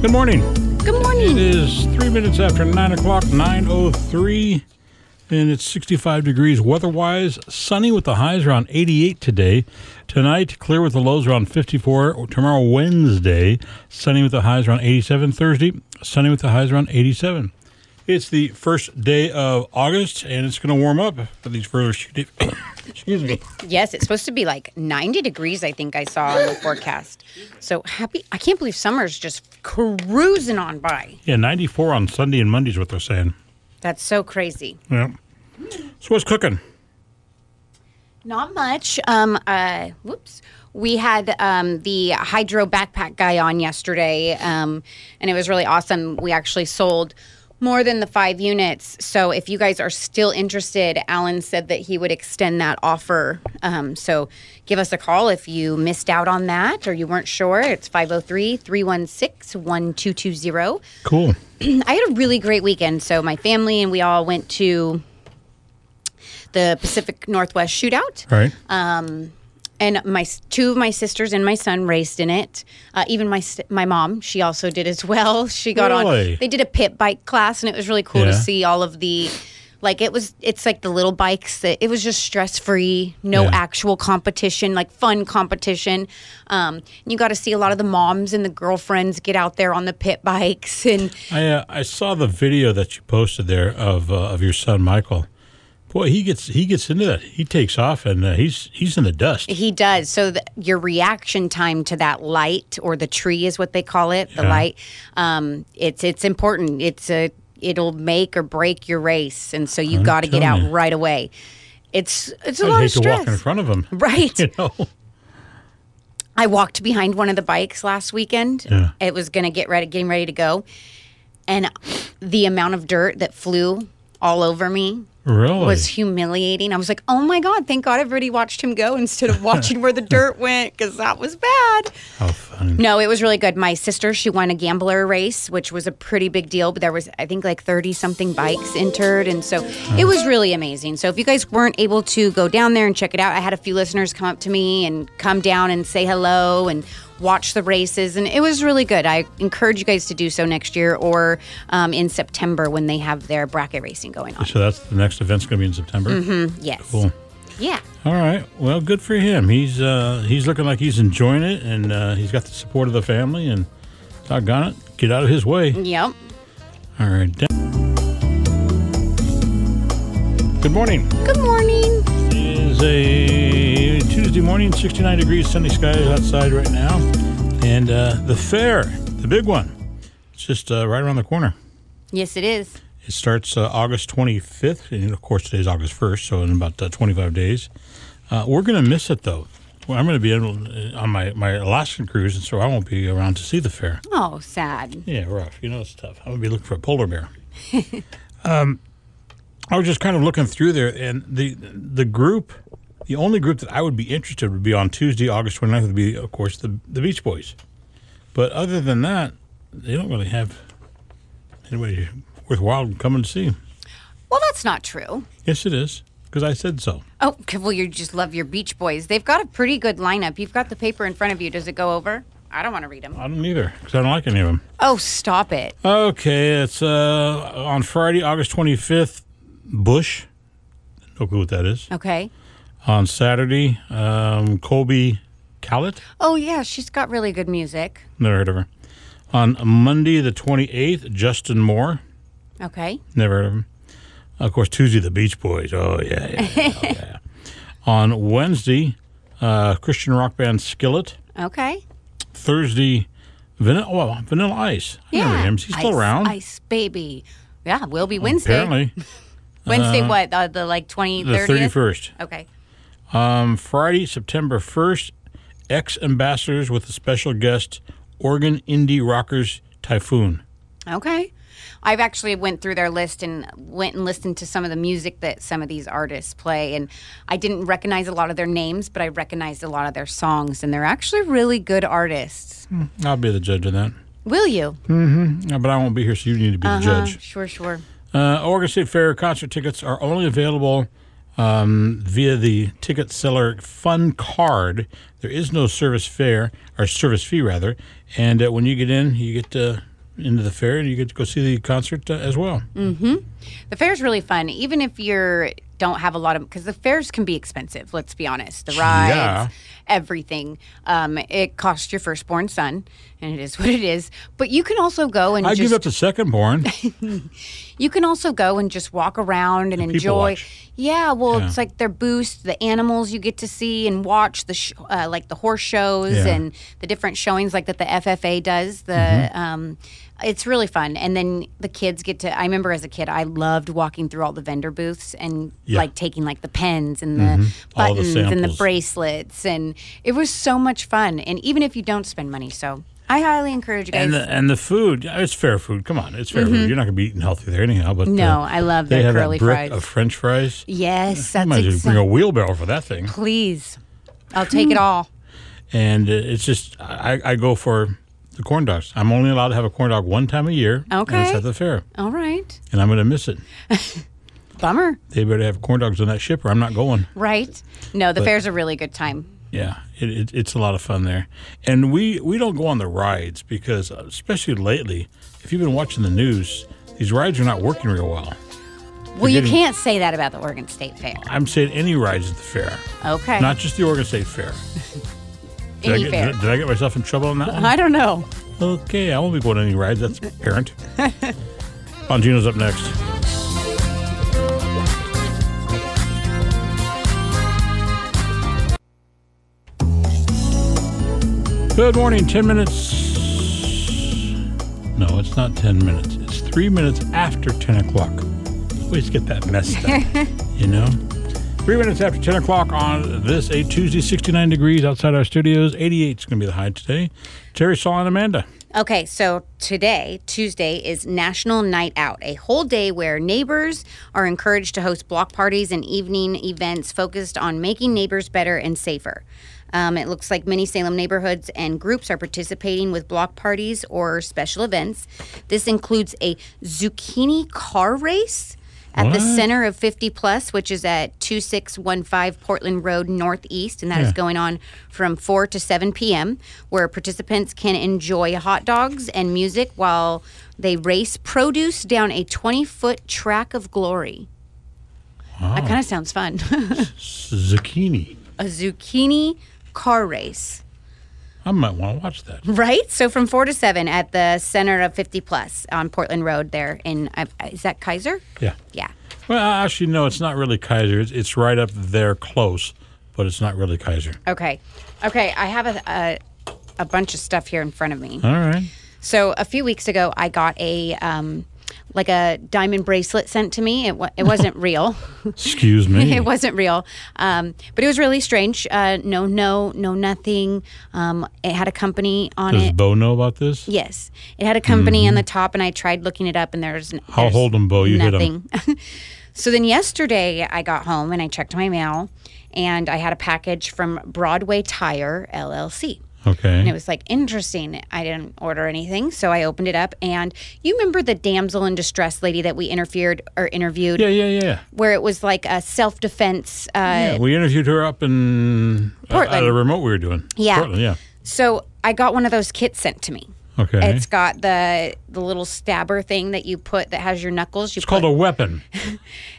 Good morning. Good It morning. is three minutes after nine o'clock, nine oh three, and it's sixty-five degrees weather-wise. Sunny with the highs around eighty-eight today. Tonight, clear with the lows around fifty-four. Tomorrow, Wednesday, sunny with the highs around eighty-seven. Thursday, sunny with the highs around eighty-seven. It's the first day of August, and it's going to warm up for these further few days. Excuse me. Yes, it's supposed to be like 90 degrees, I think I saw on the forecast. So happy. I can't believe summer's just cruising on by. Yeah, ninety-four on Sunday and Monday's what they're saying. That's so crazy. Yeah. So what's cooking? Not much. Um, uh, whoops. We had um, the hydro backpack guy on yesterday, um, and it was really awesome. We actually sold more than the five units. So if you guys are still interested, Alan said that he would extend that offer. Um, so give us a call if you missed out on that or you weren't sure. It's 503 316 1220. Cool. I had a really great weekend. So my family and we all went to the Pacific Northwest Shootout All right. and my s- two of my sisters and my son raced in it. Uh, even my st- my mom, she also did as well. She got Really? on. They did a pit bike class, and it was really cool to Yeah. see all of the. Like it was, it's like the little bikes. That it was just stress free, no Yeah. actual competition, like fun competition. Um, and you got to see a lot of the moms and the girlfriends get out there on the pit bikes, and I uh, I saw the video that you posted there of uh, of your son Michael. Boy, he gets he gets into that. He takes off and uh, he's he's in the dust. He does. So the, your reaction time to that light or the tree is what they call it, the light. Um, it's it's important. It's a it'll make or break your race, and so you got to get telling out you. right away. It's it's a I'd lot hate of to walk in stress. front of him. Right. You know. I walked behind one of the bikes last weekend. Yeah. It was going to get ready, getting ready to go, and the amount of dirt that flew all over me Really. was humiliating. I was like, "Oh my god, thank God everybody watched him go instead of watching where the dirt went because that was bad." How fun. No, it was really good. My sister, she won a gambler race, which was a pretty big deal, but there was I think like 30 something bikes entered and so it was really amazing. So if you guys weren't able to go down there and check it out, I had a few listeners come up to me and come down and say hello and watch the races and it was really good. I encourage you guys to do so next year or um, in September when they have their bracket racing going on. So that's the next event's going to be in September. Yes. Cool. Yeah. All right. Well, good for him. He's uh, he's looking like he's enjoying it, and uh, he's got the support of the family. And doggone it, get out of his way. Yep. All right. Good morning. Good morning. is a Tuesday morning, 69 degrees, sunny skies outside right now. And uh, the fair, the big one, it's just uh, right around the corner. Yes it is. It starts uh, August 25th, and of course, today's August 1st, so in about uh, 25 days. Uh, we're going to miss it, though. Well, I'm going to be able, uh, on my, my Alaskan cruise, and so I won't be around to see the fair. Oh, sad. Yeah, rough. You know, it's tough. I'm going to be looking for a polar bear. um, I was just kind of looking through there, and the the group, the only group that I would be interested would be on Tuesday, August 29th, would be, of course, the, the Beach Boys. But other than that, they don't really have anybody worthwhile coming to see. Well, that's not true. Yes, it is, because I said so. Oh, okay, well, you just love your Beach Boys. They've got a pretty good lineup. You've got the paper in front of you. Does it go over? I don't want to read them. I don't either, because I don't like any of them. Oh, stop it. Okay, it's uh, on Friday, August 25th, Bush. No clue what that is. Okay. on Saturday. Um, Colby Callett, Oh, yeah, she's got really good music. never heard of her. On Monday the 28th, Justin Moore, Okay. never heard of him. Of course, Tuesday, the Beach Boys. Oh, yeah. yeah, yeah, oh, yeah. On Wednesday, uh, Christian rock band Skillet. Okay. Thursday, Vanilla, oh, Vanilla Ice. I remember him. Is he still Ice- around? Ice Baby. Yeah, will be Wednesday. Apparently, Wednesday, what? Uh, the like 20, the 30th? 31st. Okay. Um, Friday, September 1st, ex ambassadors with a special guest, Oregon indie rockers Typhoon. Okay. I've actually went through their list and went and listened to some of the music that some of these artists play and I didn't recognize a lot of their names, but I recognized a lot of their songs and they're actually really good artists. I'll be the judge of that. Will you? No, but I won't be here, so you need to be the Uh, judge. sure, sure. Uh, Oregon State Fair concert tickets are only available um, via the ticket seller Fun Card. There is no service fare or service fee rather, and uh, when you get in, you get uh, into the fair, and you get to go see the concert uh, as well. Mm, The fair's really fun, even if you're don't have a lot of because the fairs can be expensive. Let's be honest, the rides, Yeah. everything. Um, it costs your firstborn son, and it is what it is. But you can also go and I just give up the second born. you can also go and just walk around and, people enjoy. watch. Yeah, well, Yeah. it's like their boost, the animals you get to see and watch the sh- uh, like the horse shows Yeah. and the different showings like that the FFA does. The Mm-hmm. um, it's really fun, and then the kids get to. I remember as a kid, I loved walking through all the vendor booths and Yeah. Mm-hmm. like taking like the pens and the All the buttons and the samples. bracelets, and it was so much fun. And even if you don't spend money, so. I highly encourage you guys. And the, and the food, yeah, it's fair food. Come on, it's fair food. You're not going to be eating healthy there anyhow. But Mm-hmm. uh, No, I love they their have curly that brick fries. of French fries. yes, that's Might as well exactly. bring a wheelbarrow for that thing. Please. I'll take it all. And uh, it's just I, I go for the corn dogs. I'm only allowed to have a corn dog one time a year. and it's Okay. at the fair, All right. and I'm going to miss it. Bummer. They better have corn dogs on that ship, or I'm not going. Right? No, the fair's a really good time. Yeah, it, it, it's a lot of fun there, and we we don't go on the rides because, uh, especially lately, if you've been watching the news, these rides are not working real well. Well, you getting- can't say that about the Oregon State Fair. I'm saying any rides at the fair, Okay. not just the Oregon State Fair. Did, Any I get, fair. Did, I get myself in trouble on that one? I don't know. Okay, I won't be going on any rides. That's apparent. Bongino's up next. Good morning. 10 minutes. No, it's not 10 minutes. It's three minutes after 10 o'clock. Always get that messed up, you know? Three minutes after 10 o'clock on this a Tuesday, 69 degrees outside our studios. 88 is going to be the high today. Terry, Saul, and Amanda. Okay, so today, Tuesday, is National Night Out, a whole day where neighbors are encouraged to host block parties and evening events focused on making neighbors better and safer. Um, it looks like many Salem neighborhoods and groups are participating with block parties or special events. This includes a zucchini car race at the What? center of 50 Plus, which is at 2615 Portland Road Northeast, and that is Yeah. going on from 4 to 7 p.m., where participants can enjoy hot dogs and music while they race produce down a 20 foot track of glory. That kind of sounds fun. Zucchini. a zucchini car race. I might want to watch that. Right. So from four to seven at the center of 50 Plus on Portland Road, there in I is that Kaiser? Yeah. Yeah. Well, actually, no, it's not really Kaiser. It's, it's right up there close, but it's not really Kaiser. Okay. Okay. I have a, a a bunch of stuff here in front of me. All right. So a few weeks ago, I got a um like a diamond bracelet sent to me. It wa- it wasn't real. Excuse me. it wasn't real. Um, but it was really strange. Uh, no, no, no, nothing. Um, it had a company on Does it. Bo know about this? Yes, it had a company on the top, and I tried looking it up, and there's. I'll there's hold 'em, Bo. You hit 'em. nothing. so then yesterday, I got home and I checked my mail, and I had a package from Broadway Tire LLC. And it Okay. was like interesting. I didn't order anything, so I opened it up, and you remember the damsel in distress lady that we interfered or interviewed, Yeah, yeah, yeah. where it was like a self defense. Uh, Yeah, we interviewed her up in uh, at Portland. a remote we were doing. Yeah. Portland, yeah. So I got one of those kits sent to me. Okay. It's got the the little stabber thing that you put that has your knuckles. You It's called a weapon.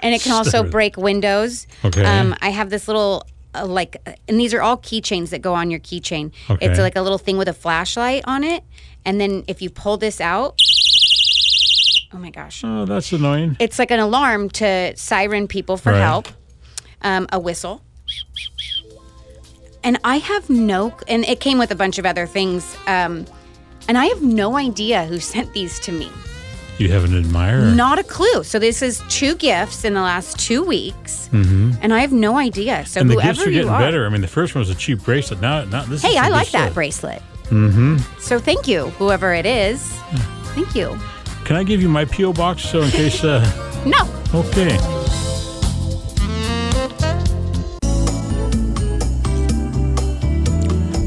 and it can also Stabber. break windows. Okay. Um, I have this little. Uh, like uh, and these are all keychains that go on your keychain. Okay. It's like a little thing with a flashlight on it, and then if you pull this out, oh my gosh, Oh, that's annoying. it's like an alarm to siren people for Right. help, um, a whistle. And I have no, and it came with a bunch of other things. Um, and I have no idea who sent these to me. You have an admirer. Not a clue. So this is two gifts in the last two weeks, and I have no idea. Mm-hmm. So and the whoever gifts are you getting are, better. I mean, the first one was a cheap bracelet. Now, now this is hey, some I good like that stuff. bracelet. Mm-hmm. So thank you, whoever it is. Thank you. Can I give you my P.O. box so in case. Uh, No, Okay.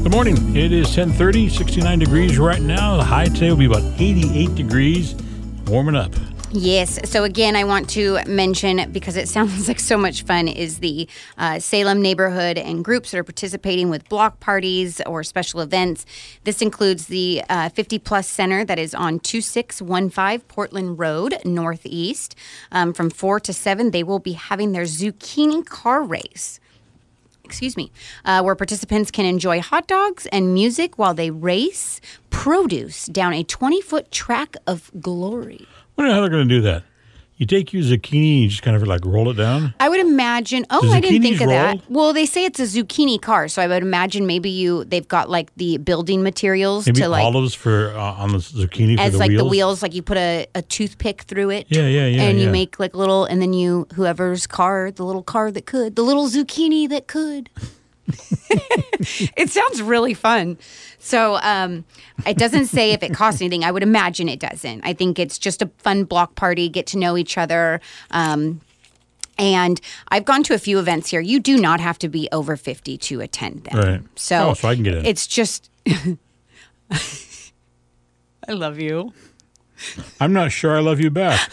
Good morning. It is 10:30, 69 degrees right now. The high today will be about 88 degrees, warming up. Yes. So again, I want to mention because it sounds like so much fun is the uh, Salem neighborhood and groups that are participating with block parties or special events. This includes the uh, 50 Plus Center that is on 2615 Portland Road Northeast. Um, from four to seven, they will be having their zucchini car race excuse me, uh, where participants can enjoy hot dogs and music while they race produce down a 20 foot track of glory. I wonder how they're going to do that. You take your zucchini and you just kind of like roll it down. I would imagine. Oh, I didn't think zucchinis of roll? that. Well, they say it's a zucchini car, so I would imagine maybe you they've got like the building materials Maybe to like olives for uh, on the zucchini for as the like wheels. the wheels, like you put a, a toothpick through it. Yeah, yeah, yeah, And you yeah. make like little, and then you whoever's car, the little car that could, the little zucchini that could. it sounds really fun. So um, it doesn't say if it costs anything. I would imagine it doesn't. I think it's just a fun block party, get to know each other. Um, and I've gone to a few events here. You do not have to be over 50 to attend them. Right. So, Oh, so I can get in. It's just. I love you. I'm not sure I love you back.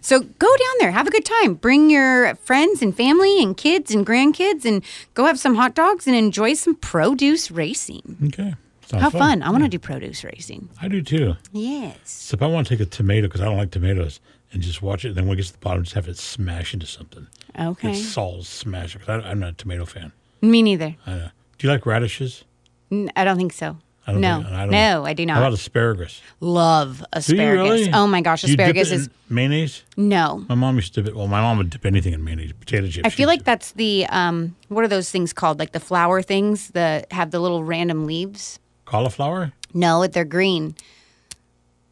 So go down there, have a good time. Bring your friends and family and kids and grandkids and go have some hot dogs and enjoy some produce racing. Okay. Sounds How fun. I want to do produce racing. I do too. Yes. So if I want to take a tomato because I don't like tomatoes and just watch it, then when it gets to the bottom, just have it smash into something. Okay. It's all smash because I'm not a tomato fan. Me neither. I know. Do you like radishes? N- I don't think so. I don't no. think- I don't- no, I do How about not. asparagus? Love Do you asparagus. really? Oh my gosh, Do you dip asparagus it is in mayonnaise. no. My mom used to dip it. Well, my mom would dip anything in mayonnaise, potato chips. I feel like that's the um what are those things called? Like the flower things that have the little random leaves? cauliflower. No, they're green.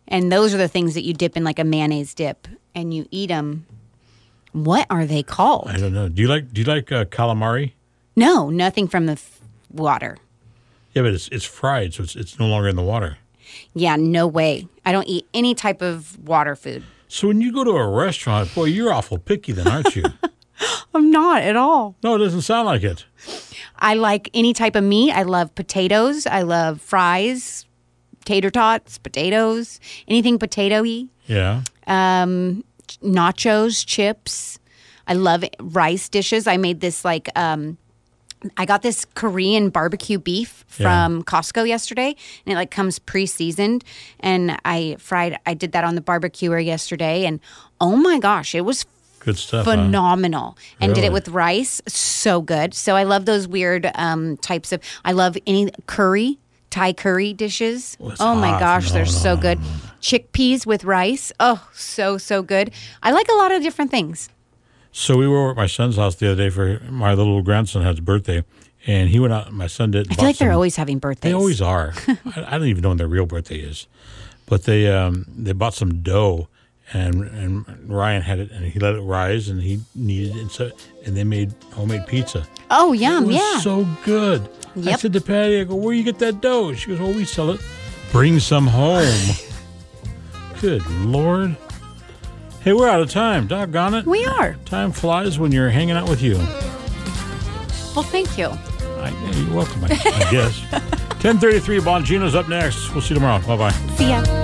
And those are the things that you dip in like a mayonnaise dip and you eat them. What are they I called? don't know. Do you like Do you like uh, calamari? No, nothing from the f- water. Yeah, but it's it's fried, so it's it's no longer in the water. Yeah, no way. I don't eat any type of water food. So when you go to a restaurant, boy, you're awful picky, then, aren't you? I'm not at all. no, it doesn't sound like it. I like any type of meat. I love potatoes. I love fries, tater tots, potatoes, anything potato y, Yeah. um, ch- nachos, chips. I love rice dishes. I made this like um, I got this Korean barbecue beef Yeah. from Costco yesterday, and it like comes pre-seasoned. And I fried, I did that on the barbecuer yesterday, and oh my gosh, it was Good stuff. huh? phenomenal. And did it Really? with rice, so good. So I love those weird um, types of. I love any curry, Thai curry dishes. it's oh my hot. gosh, they're No, no, so no, good. Chickpeas with rice, oh so so good. I like a lot of different things. So we were over at my son's house the other day for my little grandson had his birthday, and he went out. My son did. I feel like they're always having birthdays. They always are. I, I don't even know when their real birthday is, but they um, they bought some dough, and and Ryan had it, and he let it rise, and he kneaded it, and so and they made homemade pizza. Oh It yum, was yeah. so good. I Yep. said to Patty, I go, where you get that dough? She goes, well, we sell it. Bring some home. good lord. Hey, we're out of time. Doggone it. we are. Time flies when you're hanging out with you. Well, thank you. I, you're welcome, I, I guess. 1033 Bongino's up next. We'll see you tomorrow. Bye bye. See ya.